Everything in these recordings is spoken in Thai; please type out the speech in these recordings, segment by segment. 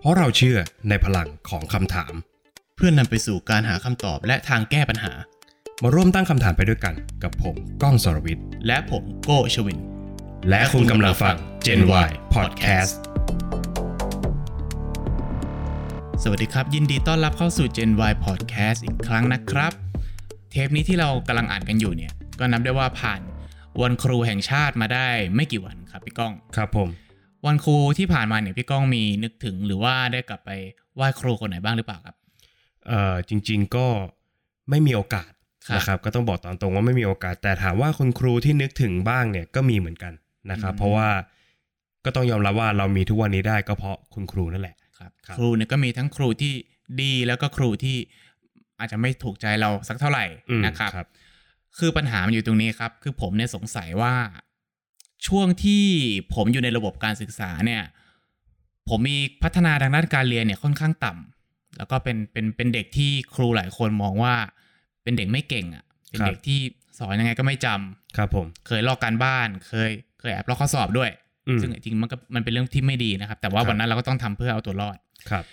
เพราะเราเชื่อในพลังของคำถาม เพื่อนนำไปสู่การหาคำตอบและทางแก้ปัญหา มาร่วมตั้งคำถามไปด้วยกันกับผมก้องสรวิทย์ และผมโก้ชวิน และคุณกำลังฟัง Gen Y Podcast สวัสดีครับ ยินดีต้อนรับเข้าสู่ Gen Y Podcast อีกครั้งนะครับ เทปนี้ที่เรากำลังอ่านกันอยู่เนี่ย ก็นับได้ว่าผ่านวันครูแห่งชาติมาได้ไม่กี่วันครับพี่ก้อง ครับผม วันครูที่ผ่านมาเนี่ยพี่ก้องมีนึกถึงหรือว่าได้กลับไปไหว้ครูคนไหนบ้างหรือเปล่าครับ เอ่อจริงๆก็ไม่มีโอกาส ครับ นะครับก็ต้องบอกตามตรงว่าไม่มีโอกาส แต่ถามว่าคุณครูที่นึกถึงบ้างเนี่ยก็มีเหมือนกันนะครับ เพราะว่าก็ต้องยอมรับว่าเรามีทุกวันนี้ได้ก็เพราะคุณครูนั่นแหละ ครับ ครับ ครูเนี่ยก็มีทั้งครูที่ดีแล้วก็ครูที่อาจจะไม่ถูกใจเราสักเท่าไหร่ อืม นะครับ คือปัญหามันอยู่ตรงนี้ครับ คือผมเนี่ยสงสัยว่าช่วงที่ผมอยู่ในระบบการศึกษาเนี่ย ผมมีพัฒนาทางด้านการเรียนเนี่ยค่อนข้างต่ำแล้วก็เป็นเป็นเป็นเด็กที่ครูหลายคนมองว่า เป็นเด็กไม่เก่งอะ่ะเป็นเด็กที่สอนยังไงก็ไม่จำ ครับผม เคยลอกการบ้าน เคยเคยแอบลอกข้อสอบด้วย อืม ซึ่งจริงๆมันก็มันเป็นเรื่องที่ไม่ดีนะครับ แต่ว่า ครับ วันนั้นเราก็ต้องทำเพื่อเอาตัวรอด ครับ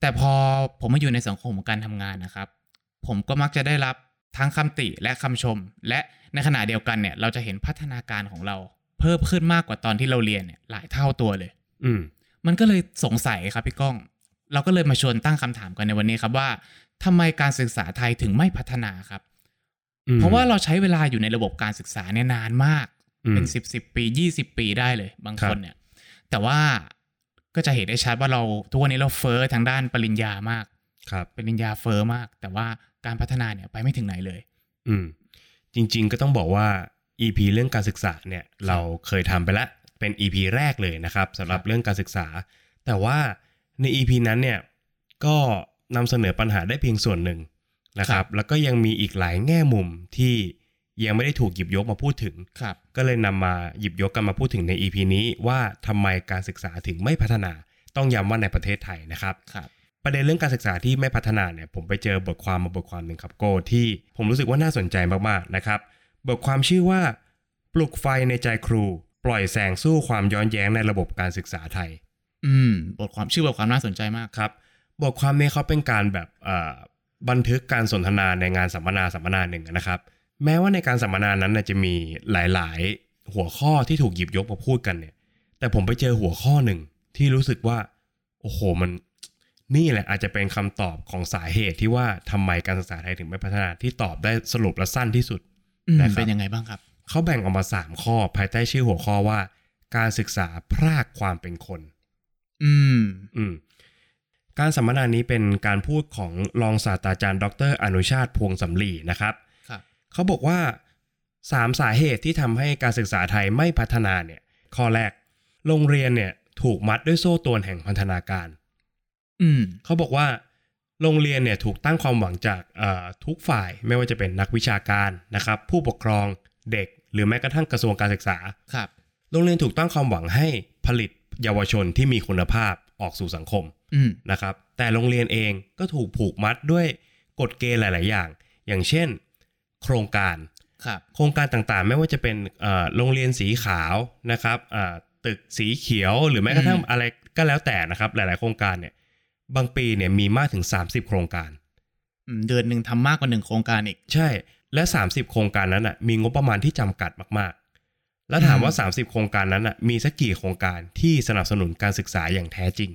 แต่พอผมมาอยู่ในสังคมของการทำงานนะครับ ผมก็มักจะได้รับทั้งคำติและคำชม และในขณะเดียวกันเนี่ย เราจะเห็นพัฒนาการของเรา เพิ่มขึ้นมากกว่าตอนที่เราเรียนเนี่ยหลายเท่าตัวเลย อืม มันก็เลยสงสัยครับพี่ก้อง เราก็เลยมาชวนตั้งคำถามกันในวันนี้ครับว่าทำไมการศึกษาไทยถึงไม่พัฒนาครับ อืม เพราะว่าเราใช้เวลาอยู่ในระบบการศึกษาเนี่ยนานมาก อืม เป็นสิบสิบปียี่สิบปีได้เลย บาง ครั ค บ นเนี่ย แต่ว่าก็จะเห็นได้ชัดว่าเราทุกวันนี้เราเฟ้อทางด้านปริญญามาก ครับ ปริญญาเฟ้อมาก แต่ว่าการพัฒนาเนี่ยไปไม่ถึงไหนเลย อืมจริงๆก็ต้องบอกว่า EP เรื่องการศึกษาเนี่ยเราเคยทำไปแล้วเป็น EP แรกเลยนะครับสำหรับเรื่องการศึกษา แต่ว่าใน EP นั้นเนี่ยก็นำเสนอปัญหาได้เพียงส่วนหนึ่งนะค ครั รับ บ แล้วก็ยังมีอีกหลายแง่มุมที่ยังไม่ได้ถูกหยิบยกมาพูดถึง ครับ ก็เลยนำมาหยิบยกกันมาพูดถึงใน EP นี้ว่าทำไมการศึกษาถึงไม่พัฒนา ต้องย้ำว่าในประเทศไทยนะครับ ครับ ประเด็นเรื่องการศึกษาที่ไม่พัฒนาเนี่ยผมไปเจอบทความมาบทความหนึ่งครับโก้ที่ผมรู้สึกว่าน่าสนใจมากๆนะครับบทความชื่อว่า ปลุกไฟในใจครู ปล่อยแสงสู้ความย้อนแย้งในระบบการศึกษาไทย อืม บทความชื่อบทความน่าสนใจมาก ครับบทความนี้เขาเป็นการแบบเอ่อบันทึกการสนทนาในงานสัมมนาสัมมนาหนึ่งนะครับ แม้ว่าในการสัมมนานั้นน่ะจะมีหลายๆ หัวข้อที่ถูกหยิบยกมาพูดกันเนี่ย แต่ผมไปเจอหัวข้อหนึ่งที่รู้สึกว่า โอ้โหมัน นี่แหละอาจจะเป็นคำตอบของสาเหตุที่ว่าทำไมการศึกษาไทยถึงไม่พัฒนาที่ตอบได้สรุปและสั้นที่สุด อืม นะครับ เป็นยังไงบ้างครับ เขาแบ่งออกมา 3 ข้อ ภายใต้ชื่อหัวข้อว่า การศึกษาพรากความเป็นคน อืม อืมการสัมมนานี้เป็นการพูดของรองศาสตราจารย์ ดร อนุชาติพวงสำลีนะครับ ครับ เขาบอกว่า 3 สาเหตุที่ทำให้การศึกษาไทยไม่พัฒนาเนี่ย ข้อแรก โรงเรียนเนี่ยถูกมัดด้วยโซ่ตรวนแห่งพันธนาการ อืม เขาบอกว่าโรงเรียนเนี่ยถูกตั้งความหวังจากเอ่อทุกฝ่ายไม่ว่าจะเป็นนักวิชาการนะครับ ผู้ปกครองเด็ก หรือแม้กระทั่งกระทรวงการศึกษา ครับ โรงเรียนถูกตั้งความหวังให้ผลิตเยาวชนที่มีคุณภาพออกสู่สังคม อืม นะครับแต่โรงเรียนเองก็ถูกผูกมัดด้วยกฎเกณฑ์หลาย ๆ อย่าง อย่างเช่น โครงการ ครับ โครงการต่าง ๆ ไม่ว่าจะเป็นเอ่อโรงเรียนสีขาวนะครับอ่าตึกสีเขียวหรือแม้กระทั่ง อืม อะไรก็แล้วแต่นะครับ หลาย ๆ โครงการเนี่ยบางปีเนี่ยมีมากถึง 30 โครงการ อืม เดือนหนึ่งทำมากกว่าหนึ่งโครงการอีก ใช่และ 30 โครงการนั้นอ่ะมีงบประมาณที่จำกัดมาก ๆ แล้วถามว่า 30 โครงการนั้นอ่ะมีสักกี่โครงการที่สนับสนุนการศึกษาอย่างแท้จริง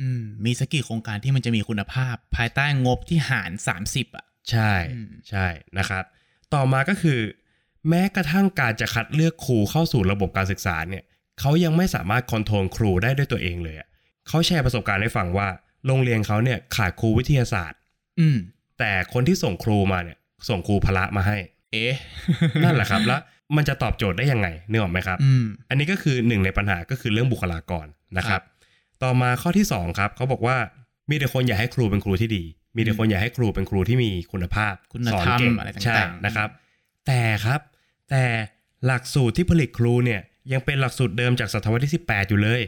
อืม มีสักกี่โครงการที่มันจะมีคุณภาพ ภายใต้งบที่หารสามสิบอ่ะ ใช่ อืม ใช่นะครับ ต่อมาก็คือ แม้กระทั่งการจะคัดเลือกครูเข้าสู่ระบบการศึกษาเนี่ยเขายังไม่สามารถคอนโทรลครูได้ด้วยตัวเองเลยอะเขาแชร์ประสบการณ์ให้ฟังว่า โรงเรียนเขาเนี่ยขาดครูวิทยาศาสตร์ อืม แต่คนที่ส่งครูมาเนี่ยส่งครูพละมาให้ เอ๊ะ นั่นแหละครับแล้วมันจะตอบโจทย์ได้ยังไงนึกออกไหมครับ อืม อันนี้ก็คือหนึ่งในปัญหาก็คือเรื่องบุคลากรนะค ครั รับ บ ต่อมาข้อที่สองครับเขาบอกว่ามีแต่คนอยากให้ครูเป็นครูที่ดี มีแต่คนอยากให้ครูเป็นครูที่มีคุณภาพ คุณ สอน ธรรม เก่ง อะไรต่างๆ ใช่นะครับ แต่ครับแต่หลักสูตรที่ผลิตครูเนี่ยยังเป็นหลักสูตรเดิมจากศตวรรษที่ 18 อยู่เลย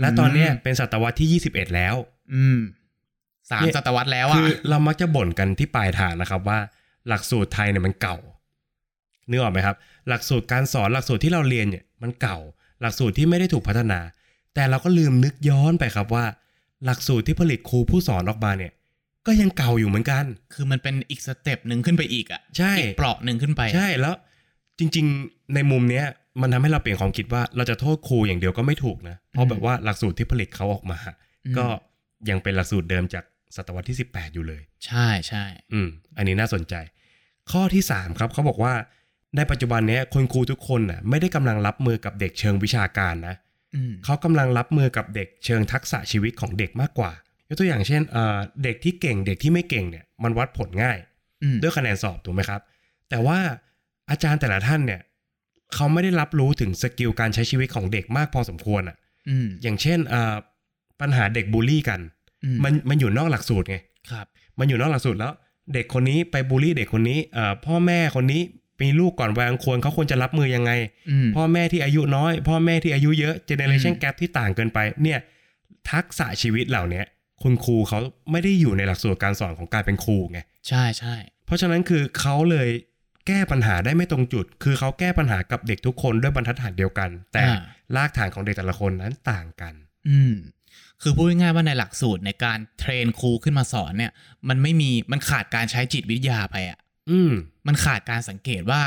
และตอนเนี้ยเป็นศตวรรษที่ 21 แล้ว อืม สาม เนี่ย ศตวรรษแล้ว คืออ่ะเรามักจะบ่นกันที่ปลายทางนะครับว่าหลักสูตรไทยเนี่ยมันเก่านึกออกไหมครับ หลักสูตรการสอนหลักสูตรที่เราเรียนเนี่ยมันเก่า หลักสูตรที่ไม่ได้ถูกพัฒนา แต่เราก็ลืมนึกย้อนไปครับว่า หลักสูตรที่ผลิตครูผู้สอนออกมาเนี่ย ก็ยังเก่าอยู่เหมือนกัน คือมันเป็นอีกสเต็ปหนึ่งขึ้นไปอีกอ่ะ ใช่ อีกเปราะหนึ่งขึ้นไป ใช่แล้วจริงๆ ในมุมเนี้ยมันทำให้เราเปลี่ยนความคิดว่าเราจะโทษครูอย่างเดียวก็ไม่ถูกนะเพราะแบบว่าหลักสูตรที่ผลิตเขาออกมา อืม ก็ยังเป็นหลักสูตรเดิมจากศตวรรษที่ 18 อยู่เลย ใช่ใช่ อืม อันนี้น่าสนใจ ข้อที่ 3 ครับเขาบอกว่าในปัจจุบันเนี้ยคนครูทุกคนน่ะไม่ได้กำลังรับมือกับเด็กเชิงวิชาการนะ อืม เขากำลังรับมือกับเด็กเชิงทักษะชีวิตของเด็กมากกว่ายกตัวอย่างเช่นเอ่อเด็กที่เก่งเด็กที่ไม่เก่งเนี่ยมันวัดผลง่าย อืม ด้วยคะแนนสอบถูกไหมครับ แต่ว่าอาจารย์แต่ละท่านเนี่ยเขาไม่ได้รับรู้ถึงสกิลการใช้ชีวิตของเด็กมากพอสมควรอะ่ะ อืม อย่างเช่นเอ่อปัญหาเด็กบูลลี่กัน อื มันมันอยู่นอกหลักสูตรไง ครับ มันอยู่นอกหลักสูตรแล้ว เด็กคนนี้ไปบูลลี่เด็กคนนี้เอ่อพ่อแม่คนนี้มีลูกก่อนวัยอันควรเขาควรจะรับมือยังไง อืม พ่อแม่ที่อายุน้อย พ่อแม่ที่อายุเยอะเจเนเรชัน อืม แกรที่ต่างเกินไปเนี่ยทักษะชีวิตเหล่าเนี้ยคุณครูเขาไม่ได้อยู่ในหลักสูตรการสอนของการเป็นครูไง ใช่ใช่ เพราะฉะนั้นคือเขาเลยแก้ปัญหาได้ไม่ตรงจุด คือเขาแก้ปัญหากับเด็กทุกคนด้วยบรรทัดฐานเดียวกัน แต่ อ่า รากฐานของเด็กแต่ละคนนั้นต่างกัน อืม คือพูดง่ายๆว่าในหลักสูตรในการเทรนครูขึ้นมาสอนเนี่ย มันไม่มีมันขาดการใช้จิตวิทยาไปอะ่ะ อืม มันขาดการสังเกตว่า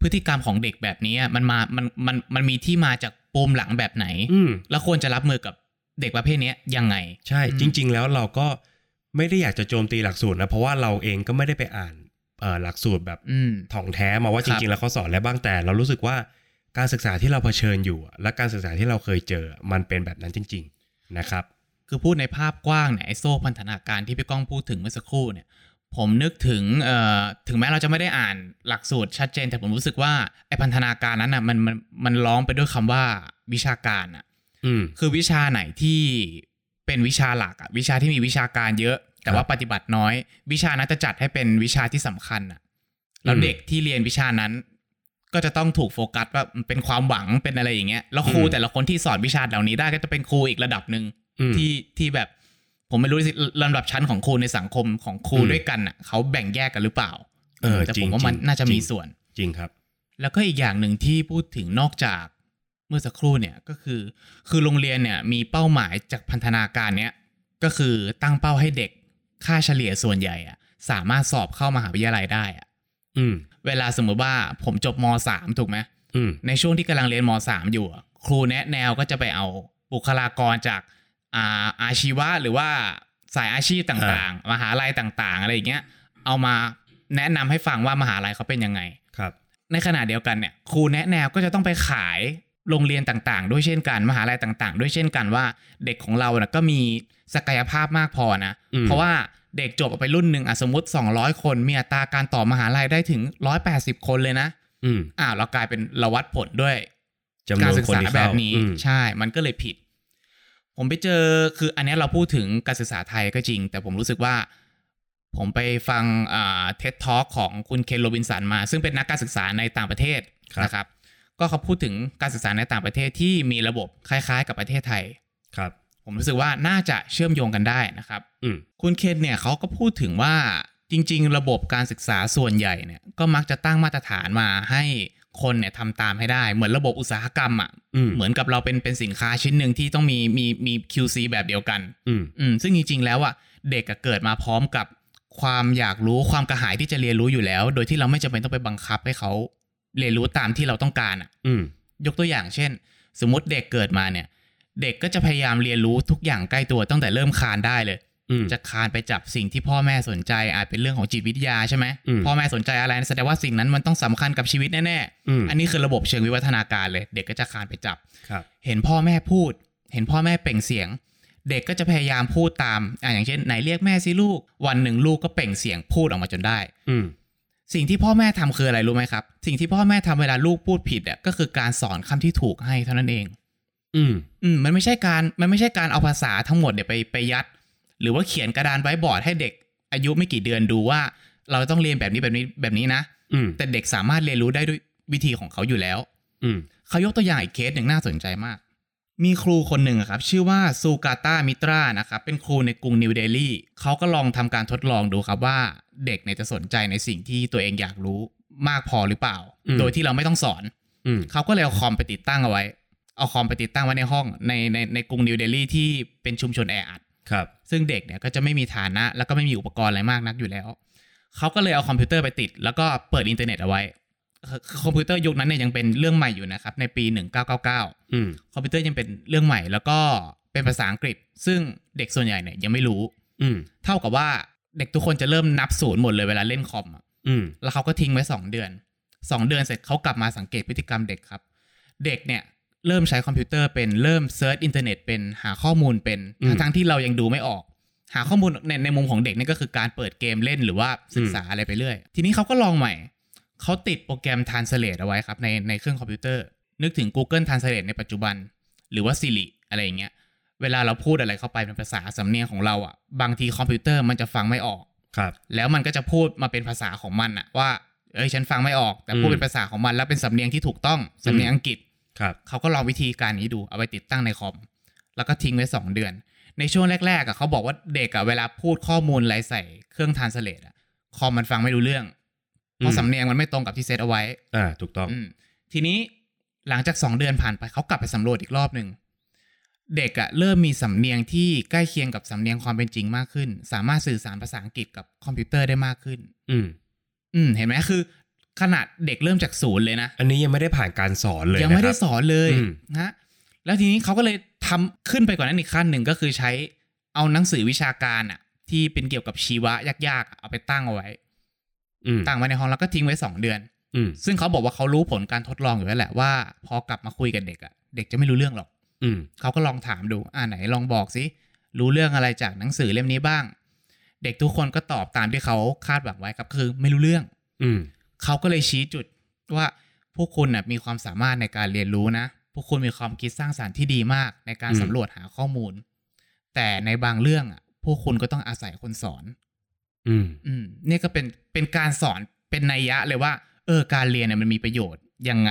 พฤติกรรมของเด็กแบบนี้อะมันมา มัน มัน มันมีที่มาจากปมหลังแบบไหน อืม แล้วควรจะรับมือกับเด็กประเภทเนี้ยยังไง ใช่ อืม จริง ๆ แล้วเราก็ไม่ได้อยากจะโจมตีหลักสูตรนะ เพราะว่าเราเองก็ไม่ได้ไปอ่านเอ่อหลักสูตรแบบ อืม ถ่องแท้มาว่า ค จ รับ ริง ๆ แล้วเขาสอนแล้วบ้างแต่ เรารู้สึกว่าการศึกษาที่เราเผชิญอยู่อะและการศึกษาที่เราเคยเจอ มันเป็นแบบนั้นจริง ๆ นะครับ คือพูดในภาพกว้างเนี่ยไอโซ่พันธนาการที่พี่ก้องพูดถึงเมื่อสักครู่เนี่ย ผมนึกถึงเอ่อถึงแม้เราจะไม่ได้อ่านหลักสูตรชัดเจน แต่ผมรู้สึกว่าไอพันธนาการนั้นอ่ะมันมันมันล้อมไปด้วยคำว่าวิชาการอ่ะ อืม คือวิชาไหนที่เป็นวิชาหลักอะวิชาที่มีวิชาการเยอะ แต่ ครับ ว่าปฏิบัติน้อย วิชานั้นจะจัดให้เป็นวิชาที่สำคัญอะแล้ว อืม เด็กที่เรียนวิชานั้น ก็จะต้องถูกโฟกัสว่ามันเป็นความหวังเป็นอะไรอย่างเงี้ยแล้วครู อืม แต่ละคนที่สอนวิชาเหล่านี้ได้ก็จะเป็นครูอีกระดับหนึ่ง อืม ที่ที่แบบ ผมไม่รู้สิลำดับชั้นของครูในสังคมของครู อืม ด้วยกันอะเขาแบ่งแยกกันหรือเปล่า เออ แต่ จริ ผ ง มว่ามัน จริง น่าจะจมีริง ส่วน จริงครับ แล้วก็อีกอย่างหนึ่งที่พูดถึงนอกจากเมื่อสักครู่เนี่ยก็คือ คือโรงเรียนเนี่ยมีเป้าหมายจากพันธนาการเนี้ยก็คือตั้งเป้าให้เด็กค่าเฉลี่ยส่วนใหญ่อะสามารถสอบเข้ามหาวิทยาลัยได้อะ อืม เวลาสมมติว่าผมจบม .3 ถูกไหม อืม ในช่วงที่กำลังเรียนม .3 อยู่อะครูแนะแนวก็จะไปเอาบุคลากรจากอาอาชีวะหรือว่าสายอาชีพต่างๆ มหาลัยต่างๆ อะไรอย่างเงี้ยเอามาแนะนำให้ฟังว่ามหาลัยเขาเป็นยังไง ครับ ในขณะเดียวกันเนี่ยครูแนะแนวก็จะต้องไปขายโรงเรียนต่างๆ ด้วยเช่นกันมหาลัยต่างๆ ด้วยเช่นกันว่าเด็กของเรานะก็มีศักยภาพมากพอนะ อืม เพราะว่าเด็กจบออกไปรุ่นหนึ่งอ่ะสมมติ 200 คนมีอัตราการต่อมหาลัยได้ถึง 180 คนเลยนะ อืม อ้าวเรากลายเป็นเราวัดผลด้วย จำน การ วน ศึก คน ษา ที่ แบ เข้า บนี้ อืม ใช่ มันก็เลยผิด ผมไปเจอคืออันเนี้ยเราพูดถึงการศึกษาไทยก็จริง แต่ผมรู้สึกว่า ผมไปฟังเท็ตทอของคุณเคนโรบินสันมา ซึ่งเป็นนักการศึกษาในต่างประเทศ ครับ นะครับ ก็เขาพูดถึงการศึกษาในต่างประเทศที่มีระบบคล้ายๆ กับประเทศไทย ครับ ผมรู้สึกว่าน่าจะเชื่อมโยงกันได้นะครับ อืม คุณเคนเนี่ยเขาก็พูดถึงว่าจริง ๆ ระบบการศึกษาส่วนใหญ่เนี่ยก็มักจะตั้งมาตรฐานมาให้คนเนี่ยทำตามให้ได้ เหมือนระบบอุตสาหกรรมอ่ะ อืม เหมือนกับเราเป็นเป็นสินค้าชิ้นหนึ่งที่ต้องมีมีมี QC แบบเดียวกัน อืม อืมซึ่งจริง ๆ แล้วอ่ะเด็กอะเกิดมาพร้อมกับความอยากรู้ความกระหายที่จะเรียนรู้อยู่แล้ว โดยที่เราไม่จำเป็นต้องไปบังคับให้เขาเรียนรู้ตามที่เราต้องการอ่ะ อืม ยกตัวอย่างเช่น สมมติเด็กเกิดมาเนี่ย เด็กก็จะพยายามเรียนรู้ทุกอย่างใกล้ตัวตั้งแต่เริ่มคลานได้เลย อืม จะคลานไปจับสิ่งที่พ่อแม่สนใจอาจเป็นเรื่องของจิตวิทยาใช่ไหม อืม พ่อแม่สนใจอะไรแสดงว่าสิ่งนั้นมันต้องสำคัญกับชีวิตแน่ๆ อืม อันนี้คือระบบเชิงวิวัฒนาการเลย เด็กก็จะคานไปจับ ครับ เห็นพ่อแม่พูด เห็นพ่อแม่เปล่งเสียง เด็กก็จะพยายามพูดตามอ่ะอย่างเช่นไหนเรียกแม่สิลูก วันหนึ่งลูกก็เปล่งเสียงพูดออกมาจนได้ อืม สิ่งที่พ่อแม่ทำคืออะไรรู้ไหมครับ สิ่งที่พ่อแม่ทำเวลาลูกพูดผิดอ่ะก็คือการสอนคำที่ถูกให้เท่านั้นเอง อืม อืมมันไม่ใช่การมันไม่ใช่การเอาภาษาทั้งหมดเนี่ยไปไปยัด หรือว่าเขียนกระดานไว้บอร์ดให้เด็กอายุไม่กี่เดือนดูว่า เราต้องเรียนแบบนี้แบบนี้แบบนี้นะ อืม แต่เด็กสามารถเรียนรู้ได้ด้วยวิธีของเขาอยู่แล้ว อืม เขายกตัวอย่างอีกเคสหนึ่งน่าสนใจมาก มีครูคนหนึ่งอะครับ ชื่อว่าซูกาตามิตรานะครับ เป็นครูในกรุงนิวเดลีเขาก็ลองทำการทดลองดูครับว่าเด็กเนี่ยจะสนใจในสิ่งที่ตัวเองอยากรู้มากพอหรือเปล่า อืม โดยที่เราไม่ต้องสอน อืม เขาก็เลยเอาคอมไปติดตั้งเอาไว้ เอาคอมไปติดตั้งไว้ในห้องในในในกรุงนิวเดลีที่เป็นชุมชนแออัด ครับ ซึ่งเด็กเนี่ยก็จะไม่มีฐานะ แล้วก็ไม่มีอุปกรณ์อะไรมากนักอยู่แล้ว เขาก็เลยเอาคอมพิวเตอร์ไปติด แล้วก็เปิดอินเทอร์เน็ตเอาไว้คือคือคอมพิวเตอร์ยุคนั้นเนี่ยยังเป็นเรื่องใหม่อยู่นะครับ ในปี 1999 อืม คอมพิวเตอร์ยังเป็นเรื่องใหม่ แล้วก็เป็นภาษาอังกฤษ ซึ่งเด็กส่วนใหญ่เนี่ยยังไม่รู้ อืม เท่ากับว่าเด็กทุกคนจะเริ่มนับศูนย์หมดเลยเวลาเล่นคอมอะ อืม แล้วเขาก็ทิ้งไว้สองเดือนสองเดือนเสร็จเขากลับมาสังเกตพฤติกรรมเด็กครับ เด็กเนี่ยเริ่มใช้คอมพิวเตอร์เป็นเริ่มเซิร์ชอินเทอร์เน็ตเป็นหาข้อมูลเป็นทั้งทั้งที่เรายังดูไม่ออก หาข้อมูลในในมุมของเด็กเนี่ยก็คือการเปิดเกมเล่นหรือว่าศึกษาอะไรไปเรื่อย ทีนี้เขาก็ลองใหม่ เขาติดโปรแกรม Translate เอาไว้ครับในในเครื่องคอมพิวเตอร์ นึกถึง Google Translate ในปัจจุบัน หรือว่า Siri อะไรอย่างเงี้ยเวลาเราพูดอะไรเข้าไปเป็นภาษาสำเนียงของเราอ่ะบางทีคอมพิวเตอร์มันจะฟังไม่ออก ครับ แล้วมันก็จะพูดมาเป็นภาษาของมันอะว่า เอ้ยฉันฟังไม่ออก แต่พูด อืม เป็นภาษาของมันแล้วเป็นสำเนียงที่ถูกต้องสำเนียงอังกฤษ ครับ เขาก็ลองวิธีการนี้ดูเอาไปติดตั้งในคอม แล้วก็ทิ้งไว้ 2 เดือน ในช่วงแรกๆอะเขาบอกว่าเด็กอะเวลาพูดข้อมูลอะไรใส่เครื่องทานสเลตอะคอมมันฟังไม่รู้เรื่อง เพ อื ราะ ม สำเนียงมันไม่ตรงกับที่เซตเอาไว้ อ่าถูกต้อง อืมทีนี้หลังจาก 2 เดือนผ่านไปเขากลับไปสำรวจอีกรอบหนึ่งเด็กอะเริ่มมีสำเนียงที่ใกล้เคียงกับสำเนียงความเป็นจริงมากขึ้น สามารถสื่อสารภาษาอังกฤษกับคอมพิวเตอร์ได้มากขึ้น อืม อืมเห็นไหมคือ ขนาดเด็กเริ่มจากศูนย์เลยนะ อันนี้ยังไม่ได้ผ่านการสอนเลย ยังไม่ได้ ส ส อน อนเลย อืม นะแล้วทีนี้เขาก็เลยทำขึ้นไปกว่านั้นอีกขั้นหนึ่งก็คือใช้เอาหนังสือวิชาการอะที่เป็นเกี่ยวกับชีวะยากๆอะเอาไปตั้งเอาไว้ อืม ตั้งไว้ในห้องแล้วก็ทิ้งไว้สองเดือน อืม ซึ่งเขาบอกว่าเขารู้ผลการทดลองอยู่แล้วแหละว่า พอกลับมาคุยกับเด็กอะเด็กจะไม่รู้เรื่องหรอก อืม เขาก็ลองถามดู อ่าไหนลองบอกสิ รู้เรื่องอะไรจากหนังสือเล่มนี้บ้าง เด็กทุกคนก็ตอบตามที่เขาคาดหวังไว้ครับคือไม่รู้เรื่อง อืม เขาก็เลยชี้จุดว่าพวกคุณน่ะมีความสามารถในการเรียนรู้นะ พวกคุณมีความคิดสร้างสารรค์ที่ดีมากในการสำรวจหาข้อมูล แต่ในบางเรื่องอ่ะ พวกคุณก็ต้องอาศัยคนสอน อืม อืมเนี่ยก็เป็นเป็นการสอนเป็นนัยยะเลยว่า เออ การเรียนเนี่ยมันมีประโยชน์ยังไง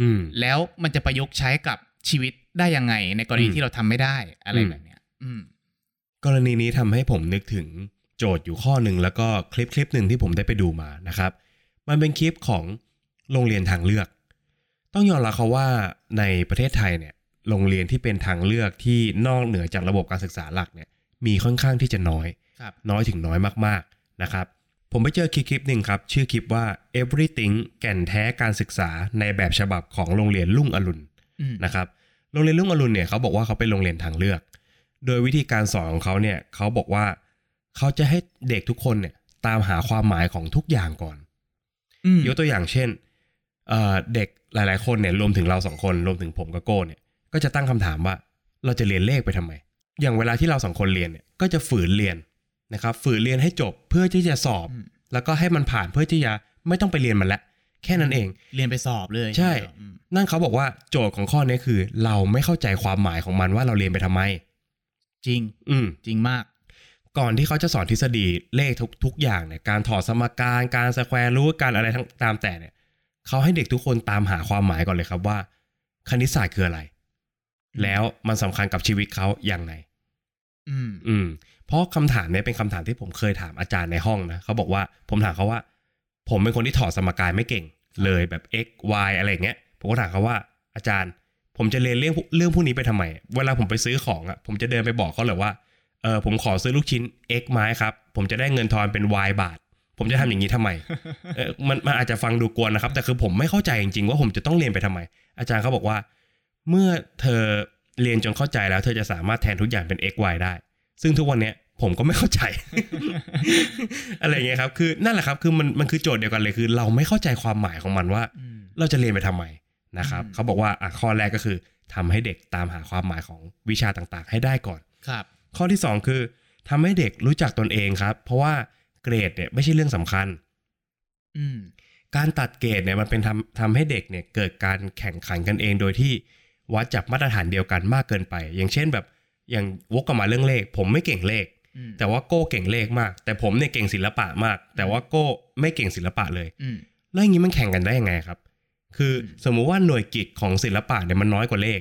อืม แล้วมันจะประยุกต์ใช้กับชีวิตได้ยังไง ในกรณี อืม ที่เราทำไม่ได้อะไร อืม แบบเนี้ย อืม กรณีนี้ทำให้ผมนึกถึงโจทย์อยู่ข้อหนึ่งแล้วก็คลิปคลิปหนึ่งที่ผมได้ไปดูมานะครับ มันเป็นคลิปของโรงเรียนทางเลือก ต้องยอมรับเขาว่าในประเทศไทยเนี่ยโรงเรียนที่เป็นทางเลือกที่นอกเหนือจากระบบการศึกษาหลักเนี่ยมีค่อนข้างที่จะน้อย ครับ น้อยถึงน้อยมากๆนะครับ ผมไปเจอคลิปคลิปหนึ่งครับ ชื่อคลิปว่า everything แก่นแท้การศึกษาในแบบฉบับของโรงเรียนลุ่งอรุณ อืม นะครับโรงเรียนรุ่งอรุณเนี่ยเขาบอกว่าเขาเป็นโรงเรียนทางเลือก โดยวิธีการสอนของเขาเนี่ยเขาบอกว่าเขาจะให้เด็กทุกคนเนี่ยตามหาความหมายของทุกอย่างก่อน อืม ยกตัวอย่างเช่นเอ่อเด็กหลาย ๆ คนเนี่ยรวมถึงเราสองคนรวมถึงผมกับโก้เนี่ยก็จะตั้งคำถามว่าเราจะเรียนเลขไปทำไม อย่างเวลาที่เราสองคนเรียนเนี่ยก็จะฝืนเรียนนะครับฝืนเรียนให้จบเพื่อที่จะสอบ อืม แล้วก็ให้มันผ่านเพื่อที่จะไม่ต้องไปเรียนมันละแค่นั้นเอง เรียนไปสอบเลย ใช่ อืม นั่นเขาบอกว่าโจทย์ของข้อนี้คือ เราไม่เข้าใจความหมายของมันว่าเราเรียนไปทำไม จริง อืม จริงมาก ก่อนที่เขาจะสอนทฤษฎีเลขทุกทุกอย่างเนี่ยการถอดสมการการสแควร์รูทการอะไรทั้งตามแต่เนี่ยเขาให้เด็กทุกคนตามหาความหมายก่อนเลยครับว่า คณิตศาสตร์คืออะไร แล้วมันสำคัญกับชีวิตเขาอย่างไร อืม อืมเพราะคำถามเนี่ยเป็นคำถามที่ผมเคยถามอาจารย์ในห้องนะเขาบอกว่าผมถามเขาว่า ผมเป็นคนที่ถอดสมการไม่เก่ง เลยแบบ x y อะไรอย่างเงี้ยผมก็ถามเขาว่าอาจารย์ ผมจะเรียนเรื่องพวกเรื่องพวกนี้ไปทำไม เวลาผมไปซื้อของอ่ะผมจะเดินไปบอกเขาเลยว่าเออผมขอซื้อลูกชิ้น x ไม้ครับ ผมจะได้เงินทอนเป็น y บาท ผมจะทำอย่างนี้ ทำไม เออมันมันอาจจะฟังดูกวนนะครับ แต่คือผมไม่เข้าใจจริงๆว่าผมจะต้องเรียนไปทำไม อาจารย์เขาบอกว่า เมื่อเธอเรียนจนเข้าใจแล้ว เธอจะสามารถแทนทุกอย่างเป็น x y ได้ ซึ่งทุกวันเนี้ยผมก็ไม่เข้าใจ อะไรอย่างเงี้ยครับ คือนั่นแหละครับคือมันมันคือโจทย์เดียวกันเลยคือ เราไม่เข้าใจความหมายของมันว่า อืม เราจะเรียนไปทำไมนะครับ อืม เขาบอกว่าอ่ะข้อแรกก็คือทำให้เด็กตามหาความหมายของวิชาต่างๆ ให้ได้ก่อน ครับ ข้อที่ 2 คือทำให้เด็กรู้จักตนเองครับ เพราะว่าเกรดเนี่ยไม่ใช่เรื่องสำคัญ อืม การตัดเกรดเนี่ยมันเป็นทำทำให้เด็กเนี่ยเกิดการแข่งขันกันเองโดยที่วัดจากมาตรฐานเดียวกันมากเกินไป อย่างเช่นแบบอย่างวกกลับมาเรื่องเลข ผมไม่เก่งเลข อืม แต่ว่าโก้เก่งเลขมาก แต่ผมเนี่ยเก่งศิลปะมาก แต่ว่าโก้ไม่เก่งศิลปะเลย อืม แล้วอย่างนี้มันแข่งกันได้ยังไงครับ คืออ ม สมมุติว่าหน่วยกิจของศิลปะเนี่ยมันน้อยกว่าเลข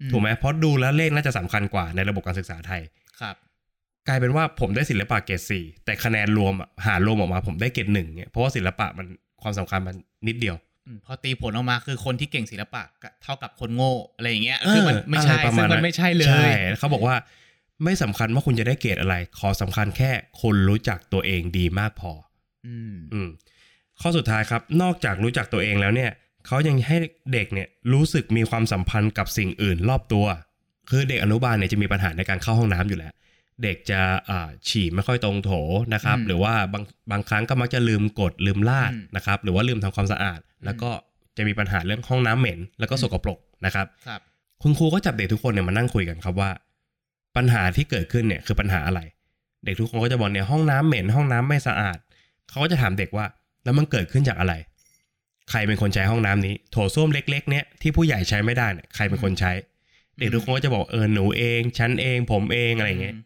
อื ถูกไหมเพราะดูแล้วเลขน่าจะสำคัญกว่าในระบบการศึกษาไทย ครับ กลายเป็นว่าผมได้ศิลปะเกรดสี่แต่คะแนนรวมอะหารวมออกมาผมได้เกรดหนึ่งเนี่ยเพราะว่าศิลปะมันความสำคัญมันนิดเดียว อืมพอตีผลออกมาคือคนที่เก่งศิลปะก็เท่ากับคนโง่อะไรอย่างเงี้ย เออ คือมันไม่ใช่ อะไรประ ซึ่ มาณ งมั นั้น น ไม่ใช่เล ใช่ ย เขาบอกว่า ไม่สำคัญว่าคุณจะได้เกรดอะไร ขอสำคัญแค่คนรู้จักตัวเองดีมากพอ อืม อืมข้อสุดท้ายครับ นอกจากรู้จักตัวเองแล้วเนี่ยเขายังให้เด็กเนี่ยรู้สึกมีความสัมพันธ์กับสิ่งอื่นรอบตัว คือเด็กอนุบาลเนี่ยจะมีปัญหาในการเข้าห้องน้ำอยู่แล้ว เด็กจะอ่าฉี่ไม่ค่อยตรงโถนะครับ หรือว่าบางบางครั้งก็มักจะลืมกดลืมลาดนะครับ หรือว่าลืมทำความสะอาด แล้วก็จะมีปัญหาเรื่องห้องน้ำเหม็น แล้วก็สกปรกนะครับ ครับ คุณครูก็จับเด็กทุกคนเนี่ยมานั่งคุยกันครับว่า ปัญหาที่เกิดขึ้นเนี่ยคือปัญหาอะไร เด็กทุกคนก็จะบอกเนี่ยห้องน้ำเหม็นห้องน้ำไม่สะอาดเขาก็จะถามเด็กว่า แล้วมันเกิดขึ้นจากอะไร ใครเป็นคนใช้ห้องน้ำนี้ โถส้วมเล็ก ๆ เนี่ยที่ผู้ใหญ่ใช้ไม่ได้เนี่ยใครเป็นคนใช้ เด็กทุกคนก็จะบอกเออหนูเองฉันเองผมเองอะไรอย่างเงี้ย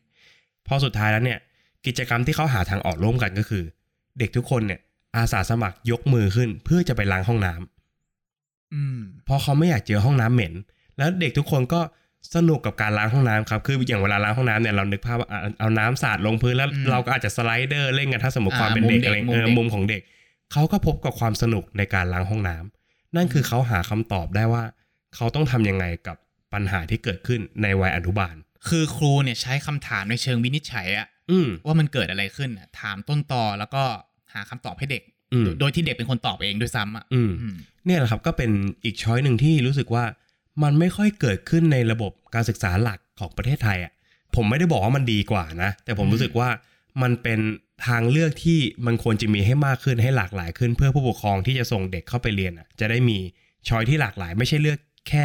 พอสุดท้ายแล้วเนี่ยกิจกรรมที่เขาหาทางออกร่วมกันก็คือ เด็กทุกคนเนี่ยอาสาสมัครยกมือขึ้น เพื่อจะไปล้างห้องน้ำ อืม เพราะเขาไม่อยากเจอห้องน้ำเหม็น แล้วเด็กทุกคนก็สนุกกับการล้างห้องน้ำครับ คืออย่างเวลาล้างห้องน้ำเนี่ยเรานึกภาพว่าอ่ะเอาน้ำสาดลงพื้นแล้ว อืม เราก็อาจจะสไลเดอร์เล่นกันถ้าสมมติ อ่า ความเป็นเด็ก มุมเด็ก อะไรเออ มุ มุ มเด็ก มของเด็ก เขาก็พบกับความสนุกในการล้างห้องน้ำนั่นคือเขาหาคำตอบได้ว่า เขาต้องทำยังไงกับปัญหาที่เกิดขึ้นในวัยอนุบาล คือครูเนี่ยใช้คำถามในเชิงวินิจฉัยอะ อืม ว่ามันเกิดอะไรขึ้นอะถามต้นตอแล้วก็หาคำตอบให้เด็ก อืม โดยที่เด็กเป็นคนตอบเองด้วยซ้ำอะ อืม อืม เนี่ยแหละครับก็เป็นอีกช้อยหนึ่งที่รู้สึกว่ามันไม่ค่อยเกิดขึ้นในระบบการศึกษาหลักของประเทศไทยอ่ะผมไม่ได้บอกว่ามันดีกว่านะ แต่ผม อืม รู้สึกว่ามันเป็นทางเลือกที่มันควรจะมีให้มากขึ้นให้หลากหลายขึ้น เพื่อผู้ปกครองที่จะส่งเด็กเข้าไปเรียนอ่ะจะได้มีช้อยที่หลากหลาย ไม่ใช่เลือกแค่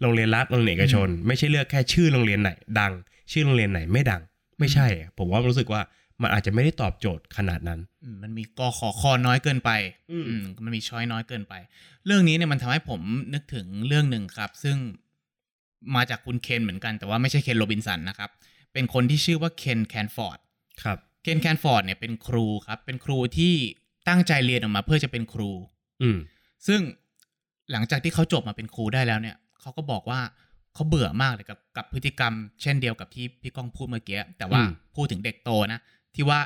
โรงเรียนรัฐโรงเรียนเอกชน ไม่ใช่เลือกแค่ชื่อโรงเรียนไหนดัง ชื่อโรงเรียนไหนไม่ดัง ไม่ใช่อะผมว่ารู้สึกว่ามันอาจจะไม่ได้ตอบโจทย์ขนาดนั้น อืมมันมีกอขอคอน้อยเกินไป อืม อืมมันมีช้อยน้อยเกินไป เรื่องนี้เนี่ยมันทำให้ผมนึกถึงเรื่องหนึ่งครับ ซึ่งมาจากคุณเคนเหมือนกัน แต่ว่าไม่ใช่เคนโรบินสันนะครับ เป็นคนที่ชื่อว่าเคนแคนฟอร์ด ครับ เคนแคนฟอร์ดเนี่ยเป็นครูครับ เป็นครูที่ตั้งใจเรียนออกมาเพื่อจะเป็นครู อืม ซึ่งหลังจากที่เขาจบมาเป็นครูได้แล้วเนี่ย เขาก็บอกว่าเขาเบื่อมากเลยกับกับพฤติกรรม เช่นเดียวกับที่พี่ก้องพูดเมื่อกี้ แต่ว่า อืม พูดถึงเด็กโตนะ ที่ว่า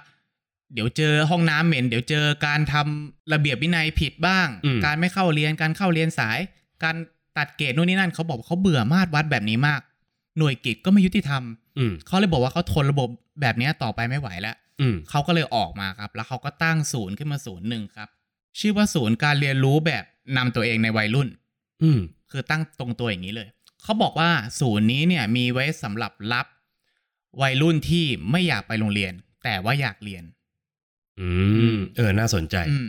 เดี๋ยวเจอห้องน้ำเหม็น เดี๋ยวเจอการทำระเบียบวินัยผิดบ้าง การไม่เข้าเรียนการเข้าเรียนสาย การตัดเกรดนู่นนี่นั่นเขาบอกว่าเขาเบื่อมากวัดแบบนี้มาก หน่วยกิจก็ไม่ยุติธรรม อืม เขาเลยบอกว่าเขาทนระบบแบบเนี้ยต่อไปไม่ไหวแล้ว อืม เขาก็เลยออกมาครับ แล้วเขาก็ตั้งศูนย์ขึ้นมาศูนย์หนึ่งครับ ชื่อว่าศูนย์การเรียนรู้แบบนำตัวเองในวัยรุ่น อืม คือตั้งตรงตัวอย่างนี้เลย เขาบอกว่าศูนย์นี้เนี่ยมีไว้สำหรับรับ วัยรุ่นที่ไม่อยากไปโรงเรียน แต่ว่าอยากเรียน อืมเออน่าสนใจ อืม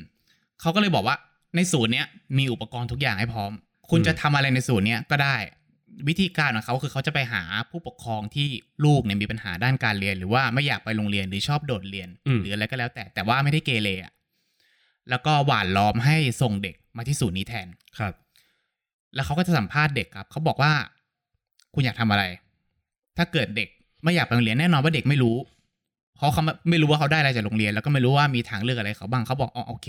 เขาก็เลยบอกว่าในศูนย์เนี้ยมีอุปกรณ์ทุกอย่างให้พร้อม คุณ อืม จะทำอะไรในศูนย์เนี้ยก็ได้ วิธีการของเขาคือเขาจะไปหาผู้ปกครองที่ลูกเนี่ยมีปัญหาด้านการเรียน หรือว่าไม่อยากไปโรงเรียนหรือชอบโดดเรียน อืม หรืออะไรก็แล้วแต่แต่ว่าไม่ได้เกเรอะแล้วก็หวานล้อมให้ส่งเด็กมาที่ศูนย์นี้แทน ครับ แล้วเขาก็จะสัมภาษณ์เด็กครับ เขาบอกว่า คุณอยากทำอะไร ถ้าเกิดเด็กไม่อยากไปโรงเรียนแน่นอนว่าเด็กไม่รู้ เพราะเขาไม่รู้ว่าเขาได้อะไรจากโรงเรียน แล้วก็ไม่รู้ว่ามีทางเลือกอะไรเขาบ้างเขาบอกอ๋อโอเค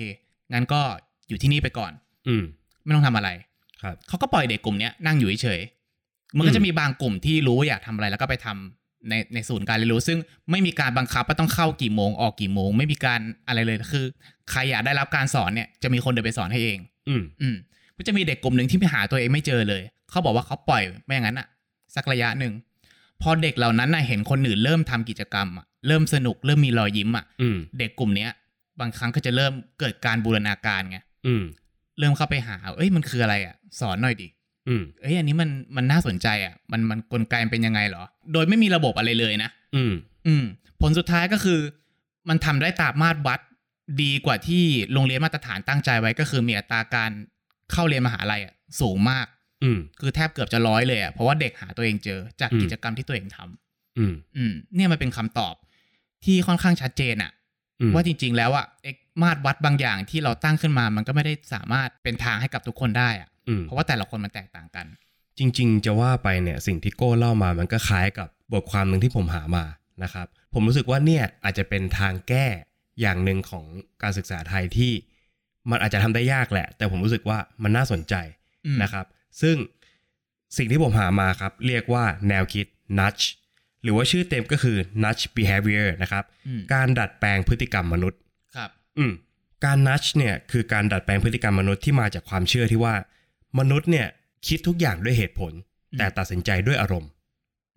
งั้นก็อยู่ที่นี่ไปก่อน อืม ไม่ต้องทำอะไร ครับ เขาก็ปล่อยเด็กกลุ่มเนี้ยนั่งอยู่เฉยๆมันก็จะมีบางกลุ่มที่รู้ว่าอยากทำอะไรแล้วก็ไปทำในในศูนย์การเรียนรู้ ซึ่งไม่มีการบังคับว่าต้องเข้ากี่โมงออกกี่โมง ไม่มีการอะไรเลยคือใครอยากได้รับการสอนเนี่ยจะมีคนเดินไปสอนให้เอง อืม อืมก็จะมีเด็กกลุ่มหนึ่งที่ไปหาตัวเองไม่เจอเลย เขาบอกว่าเขาปล่อยไม่อย่างนั้นอะสักระยะหนึ่ง พอเด็กเหล่านั้นน่ะเห็นคนอื่นเริ่มทำกิจกรรมอะเริ่มสนุกเริ่มมีรอยยิ้มอะ อืม เด็กกลุ่มเนี้ย บางครั้งก็จะเริ่มเกิดการบูรณาการไง อืม เริ่มเข้าไปหา เอ้ยมันคืออะไรอะสอนหน่อยดิ อืม เอ้ยอันนี้มันมันน่าสนใจอะมันมันกลไกมันเป็นยังไงเหรอ โดยไม่มีระบบอะไรเลยนะ อืม อืมผลสุดท้ายก็คือ มันทำได้ตามมาตรวัดดีกว่าที่โรงเรียนมาตรฐานตั้งใจไว้ก็คือมีอัตราการเข้าเรียนมหาลัยอะสูงมาก อืม คือแทบเกือบจะร้อยเลยอะเพราะว่าเด็กหาตัวเองเจอจาก อืม กิจกรรมที่ตัวเองทำ อืม อืม เนี่ยมันเป็นคำตอบที่ค่อนข้างชัดเจนอะ อืม ว่าจริง ๆ แล้วอะเอกมาตรวัดบางอย่างที่เราตั้งขึ้นมา มันก็ไม่ได้สามารถเป็นทางให้กับทุกคนได้อะ อืม เพราะว่าแต่ละคนมันแตกต่างกัน จริง ๆ จะว่าไปเนี่ยสิ่งที่โก้เล่ามามันก็คล้ายกับบทความหนึ่งที่ผมหามานะครับ ผมรู้สึกว่าเนี่ยอาจจะเป็นทางแก้อย่างหนึ่งของการศึกษาไทยที่ มันอาจจะทำได้ยากแหละ แต่ผมรู้สึกว่ามันน่าสนใจ อืม นะครับ ซึ่งสิ่งที่ผมหามาครับ เรียกว่าแนวคิด nudge หรือว่าชื่อเต็มก็คือ nudge behavior นะครับ อืม การดัดแปลงพฤติกรรมมนุษย์ ครับ อืมการนัชเนี่ยคือการดัดแปลงพฤติกรรมมนุษย์ที่มาจากความเชื่อที่ว่า มนุษย์เนี่ยคิดทุกอย่างด้วยเหตุผล อืม แต่ตัดสินใจด้วยอารมณ์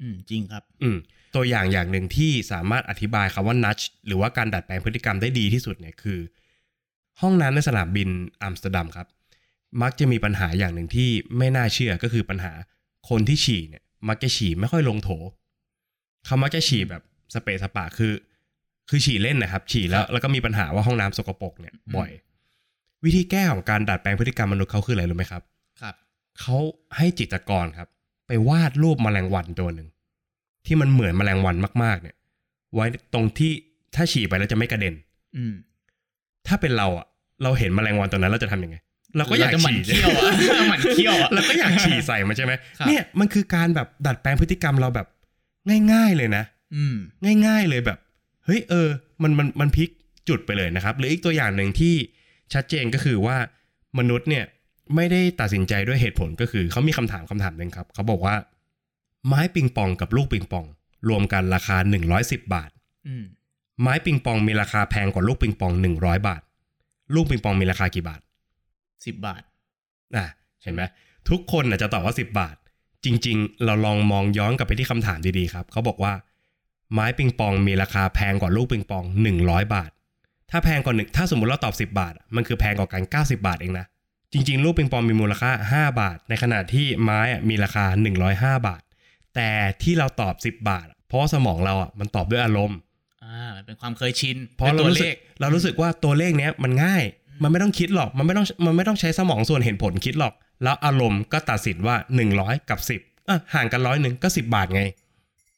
อืมจริงครับ อืมตัวอย่างอย่างหนึ่งที่สามารถอธิบายคำว่า nudge หรือว่าการดัดแปลงพฤติกรรมได้ดีที่สุดเนี่ยคือ ห้องน้ำในสนามบินอัมสเตอร์ดัมครับ มักจะมีปัญหาอย่างหนึ่งที่ไม่น่าเชื่อก็คือปัญหาคนที่ฉี่เนี่ยมักจะฉี่ไม่ค่อยลงโถเขามักจะฉี่แบบสเปซสปะคือ คือฉี่เล่นนะครับ ฉี่แล้วแล้วก็มีปัญหาว่าห้องน้ำสกปรกเนี่ยบ่อย วิธีแก้ของการดัดแปลงพฤติกรรมมนุษย์เขาคืออะไรรู้ไหมครับ ครับ เขาให้จิตรกรครับ ไปวาดรูปแมลงวันตัวหนึ่ง ที่มันเหมือนแมลงวันมาก ๆ เนี่ย ไว้ตรงที่ถ้าฉี่ไปแล้วจะไม่กระเด็น อืม ถ้าเป็นเราอ่ะ เราเห็นแมลงวันตัวนั้นเราจะทำยังไง เราก็อยาก จะหมั่น ฉี่ เคี้ยวอ่ะ หมั่นเคี้ยวอ่ะ เราก็อยากฉี่ใส่มันใช่ไหม ครับ เนี่ยมันคือการแบบดัดแปลงพฤติกรรมเราแบบง่าย ๆ เลยนะ อืม ง่าย ๆ เลยแบบ เฮ้ยเออ มันมันมันพลิกจุดไปเลยนะครับ หรืออีกตัวอย่างหนึ่งที่ชัดเจนก็คือว่ามนุษย์เนี่ยไม่ได้ตัดสินใจด้วยเหตุผลก็คือเขามีคำถามคำถามหนึ่งครับ เขาบอกว่า ไม้ปิงปองกับลูกปิงปอง รวมกันราคา 110 บาท อืม ไม้ปิงปองมีราคาแพงกว่าลูกปิงปอง 100 บาท ลูกปิงปองมีราคากี่บาท สิบบาท อ่ะเห็นไหมทุกคนน่ะจะตอบว่า 10 บาท จริง ๆ เราลองมองย้อนกลับไปที่คำถามดีๆครับเขาบอกว่า ไม้ปิงปองมีราคาแพงกว่าลูกปิงปอง 100 บาท ถ้าแพงกว่าหนึ่งถ้าสมมติเราตอบ 10 บาท มันคือแพงกว่ากัน 90 บาทเองนะ จริง ๆ ลูกปิงปองมีมูลค่า 5 บาท ในขณะที่ไม้อะมีราคา 105 บาท แต่ที่เราตอบ 10 บาท เพราะว่าสมองเราอ่ะมันตอบด้วยอารมณ์ อ่ามันเป็นความเคยชิน เพราะ ป็น เรา ตัว รู้ เล สึ ข กเรารู้สึกว่าตัวเลขเนี้ยมันง่าย มันไม่ต้องคิดหรอก มันไม่ต้องมันไม่ต้องใช้สมองส่วนเห็นผลคิดหรอก แล้วอารมณ์ก็ตัดสินว่า 100 กับ 10อ่ะห่างกันร้อยหนึ่งก็ 10 บาทไง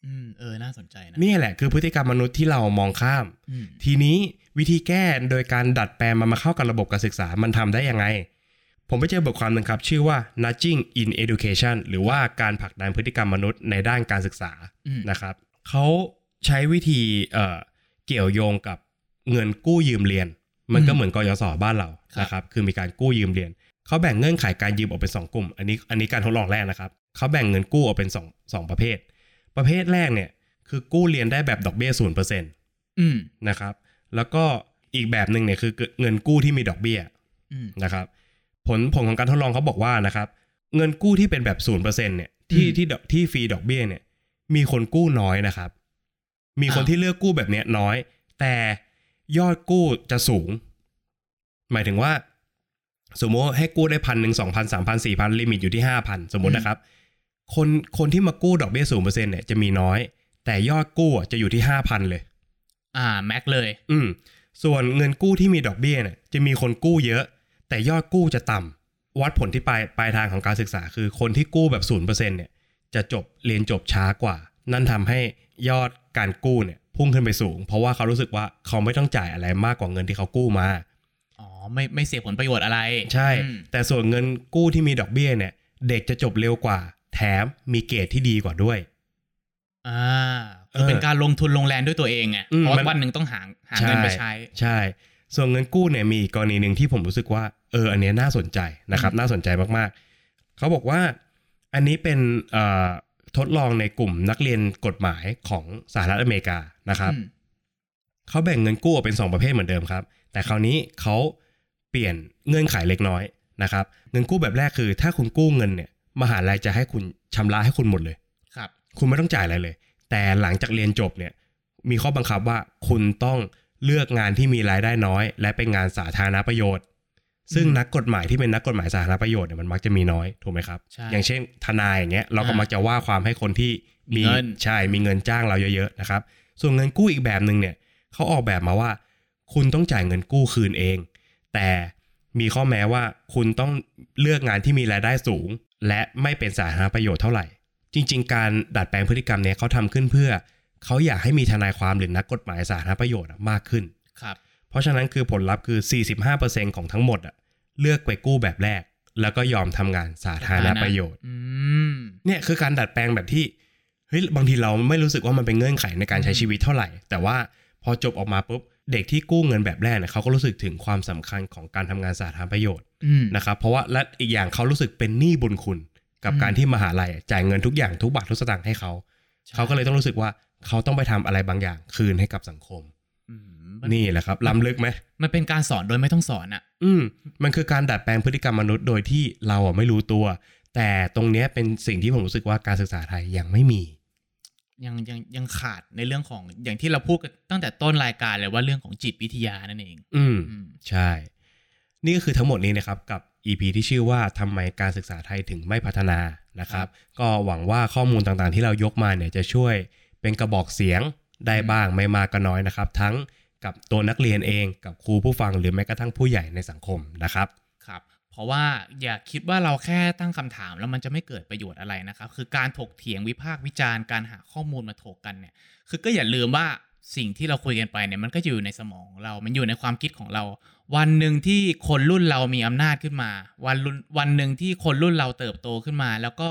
อืมเออ น่าสนใจนะ นี่แหละคือพฤติกรรมมนุษย์ที่เรามองข้าม อืม ทีนี้วิธีแก้โดยการดัดแปลงมันมาเข้ากับระบบการศึกษามันทำได้ยังไง ผมไปเจอบทความหนึ่งครับ ชื่อว่า nudging in education หรือว่าการผลักดันพฤติกรรมมนุษย์ในด้านการศึกษา อืม นะครับเขาใช้วิธีเอ่อเกี่ยวโยงกับเงินกู้ยืมเรียน มันก็เหมือนกยศบ้านเรานะครับคือมีการกู้ยืมเรียนเขาแบ่งเงื่อนไขการยืมออกเป็นสองกลุ่ม อันนี้อันนี้การทดลองแรกนะครับเขาแบ่งเงินกู้ออกเป็นสองสองประเภท ประเภทแรกเนี่ยคือกู้เรียนได้แบบดอกเบี้ยศูนย์เปอร์เซ็นต อืม นะครับแล้วก็อีกแบบหนึ่งเนี่ยคือเงินกู้ที่มีดอกเบี้ย อืม นะครับผลผลของการทดลองเขาบอกว่านะครับเงินกู้ที่เป็นแบบศูนเปอร์เซ็นเนี่ยที่ อืม ที่ดอกที่ฟรีดอกเบี้ยเนี่ยมีคนกู้น้อยนะครับ มีคน อ้าว ที่เลือกกู้แบบเนี้ยน้อย แต่ยอดกู้จะสูง หมายถึงว่า สมมติให้กู้ได้พันหนึ่งสองพันสามพันสี่พันลิมิตอยู่ที่ห้าพันสมมตินะครับคนคนที่มากู้ดอกเบี้ยศูนเปอร์เซ็นเนี่ยจะมีน้อย แต่ยอดกู้อะจะอยู่ที่ห้าพันเลย อ่า แม็กเลย อืมส่วนเงินกู้ที่มีดอกเบี้ยเนี่ยจะมีคนกู้เยอะ แต่ยอดกู้จะต่ำวัดผลที่ปลายปลายทางของการศึกษา คือคนที่กู้แบบศูนเปอร์เซ็นเนี่ยจะจบเรียนจบช้ากว่า นั่นทำให้ยอดการกู้เนี่ยพุ่งขึ้นไปสูง เพราะว่าเขารู้สึกว่าเขาไม่ต้องจ่ายอะไรมากกว่าเงินที่เขากู้มา อ๋อ ไม่ ไม่เสียผลประโยชน์อะไร ใช่ อืม แต่ส่วนเงินกู้ที่มีดอกเบี้ยเนี่ย เด็กจะจบเร็วกว่า แถมมีเกรดที่ดีกว่าด้วย อ่าคือเป็นการลงทุนลงแรงด้วยตัวเองไง อืม เพราะ มั ว่าน วันหนึ่งต้องหา หาเงินไปใช้ ใช่ ส่วนเงินกู้เนี่ยมีอีกกรณีหนึ่งที่ผมรู้สึกว่าเอออันเนี้ยน่าสนใจนะครับ น่าสนใจมากๆ เขาบอกว่าอันนี้เป็นเอ่อทดลองในกลุ่มนักเรียนกฎหมายของสหรัฐอเมริกานะครับ อืม เขาแบ่งเงินกู้ออกเป็น 2 ประเภทเหมือนเดิมครับ แต่คราวนี้เขาเปลี่ยนเงื่อนไขเล็กน้อยนะครับ เงินกู้แบบแรกคือ ถ้าคุณกู้เงินเนี่ยมหาลัยจะให้คุณชำระให้คุณหมดเลย ครับ คุณไม่ต้องจ่ายอะไรเลย แต่หลังจากเรียนจบเนี่ย มีข้อบังคับว่าคุณต้องเลือกงานที่มีรายได้น้อย และเป็นงานสาธารณประโยชน์ ซึ่ง อืม นักกฎหมายที่เป็นนักกฎหมายสาธารณประโยชน์เนี่ยมันมักจะมีน้อยถูกไหมครับ ใช่ อย่างเช่นทนายอย่างเงี้ยเราก็มักจะว่าความให้คนที่ มีเงิน ใช่มีเงินจ้างเราเยอะๆนะครับ ส่วนเงินกู้อีกแบบหนึ่งเนี่ยเขาออกแบบมาว่า คุณต้องจ่ายเงินกู้คืนเอง แต่มีข้อแม้ว่าคุณต้องเลือกงานที่มีรายได้สูง และไม่เป็นสาธารณประโยชน์เท่าไหร่ จริง ๆ การดัดแปลงพฤติกรรมเนี้ยเขาทำขึ้นเพื่อ เขาอยากให้มีทนายความหรือนักกฎหมายสาธารณประโยชน์อะมากขึ้น ครับ เพราะฉะนั้นคือผลลัพธ์คือ 45%ของทั้งหมดอะเลือกไปกู้แบบแรก แล้วก็ยอมทำงานสาธารณประโยชน์ อืม เนี่ยคือการดัดแปลงแบบที่เฮ้ยบางทีเราไม่รู้สึกว่ามันเป็นเงื่อนไขในการใช้ชีวิตเท่าไหร่ แต่ว่าพอจบออกมาปุ๊บเด็กที่กู้เงินแบบแรกเนี่ยเขาก็รู้สึกถึงความสำคัญของการทำงานสาธารณประโยชน์ อืม นะครับเพราะว่าและอีกอย่างเขารู้สึกเป็นหนี้บุญคุณ กับ อืม การที่มหาลัยอ่ะจ่ายเงินทุกอย่างทุกบาททุกสตางค์ให้เขา ใช่ เขาก็เลยต้องรู้สึกว่าเขาต้องไปทำอะไรบางอย่างคืนให้กับสังคม อืมมัน นี่แหละครับล้ำลึกไหม มันเป็นการสอนโดยไม่ต้องสอนอ่ะ อืมมันคือการดัดแปลงพฤติกรรมมนุษย์โดยที่เราอ่ะไม่รู้ตัว แต่ตรงเนี้ยเป็นสิ่งที่ผมรู้สึกว่าการศึกษาไทยยังไม่มี ยังยังยังขาดในเรื่องของอย่างที่เราพูดกันตั้งแต่ต้นรายการเลยว่าเรื่องของจิตวิทยานั่นเอง อืม อืม ใช่ นี่ก็คือทั้งหมดนี้นะครับกับ EP ที่ชื่อว่าทำไมการศึกษาไทยถึงไม่พัฒนานะครับ ก็หวังว่าข้อมูลต่างๆที่เรายกมาเนี่ยจะช่วยเป็นกระบอกเสียงได้บ้างไม่มากก็น้อยนะครับ ทั้งกับตัวนักเรียนเองกับครูผู้ฟังหรือแม้กระทั่งผู้ใหญ่ในสังคมนะครับ ครับ เพราะว่าอย่าคิดว่าเราแค่ตั้งคำถามแล้วมันจะไม่เกิดประโยชน์อะไรนะครับ คือการถกเถียงวิพากษ์วิจารณ์การหาข้อมูลมาถกกันเนี่ย คือก็อย่าลืมว่าสิ่งที่เราคุยกันไปเนี่ยมันก็อยู่ในสมองเรา มันอยู่ในความคิดของเรา วันหนึ่งที่คนรุ่นเรามีอำนาจขึ้นมา วันรุ่นวันหนึ่งที่คนรุ่นเราเติบโตขึ้นมา แล้วก็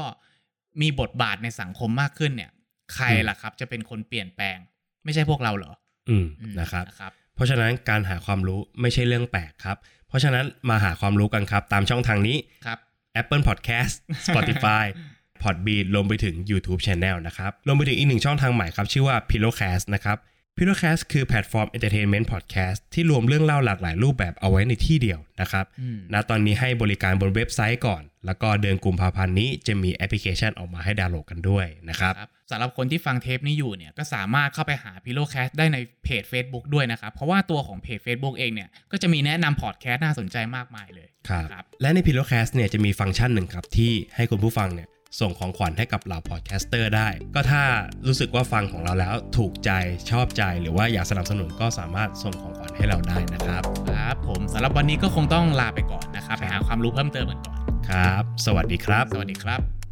มีบทบาทในสังคมมากขึ้นเนี่ย ใครล่ะครับ จะเป็นคนเปลี่ยนแปลง ไม่ใช่พวกเราเหรอ อืม อืม นะครับ นะครับ เพราะฉะนั้นการหาความรู้ไม่ใช่เรื่องแปลกครับ เพราะฉะนั้นมาหาความรู้กันครับ ตามช่องทางนี้ ครับ Apple Podcast Spotify Podbean รวมไปถึง YouTube Channel นะครับ รวมไปถึงอีกหนึ่งช่องทางใหม่ครับ ชื่อว่า Pillowcast นะครับ Pillowcast คือแพลตฟอร์ม Entertainment Podcast ที่รวมเรื่องเล่าหลากหลายรูปแบบเอาไว้ในที่เดียวนะครับ อืม ณตอนนี้ให้บริการบนเว็บไซต์ก่อน แล้วก็เดือนกุมภาพันธ์นี้จะมีแอปพลิเคชันออกมาให้ดาวน์โหลดกันด้วยนะครับ ครับสำหรับคนที่ฟังเทปนี้อยู่เนี่ยก็สามารถเข้าไปหาพิโลแคสได้ในเพจ Facebook ด้วยนะครับ เพราะว่าตัวของเพจ Facebook เองเนี่ยก็จะมีแนะนำพอดแคสต์น่าสนใจมากมายเลย ครับ ครับ และใน Pillowcast เนี่ยจะมีฟังก์ชันหนึ่งครับ ที่ให้คุณผู้ฟังเนี่ยส่งของขวัญให้กับเหล่าพอดแคสเตอร์ได้ ก็ถ้ารู้สึกว่าฟังของเราแล้วถูกใจชอบใจหรือว่าอยากสนับสนุนก็สามารถส่งของขวัญให้เราได้นะครับ ครับผมสำหรับวันนี้ก็คงต้องลาไปก่อนนะครับ ไปหาความรู้เพิ่มเติมกันก่อน ครับ สวัสดีครับ สวัสดีครับ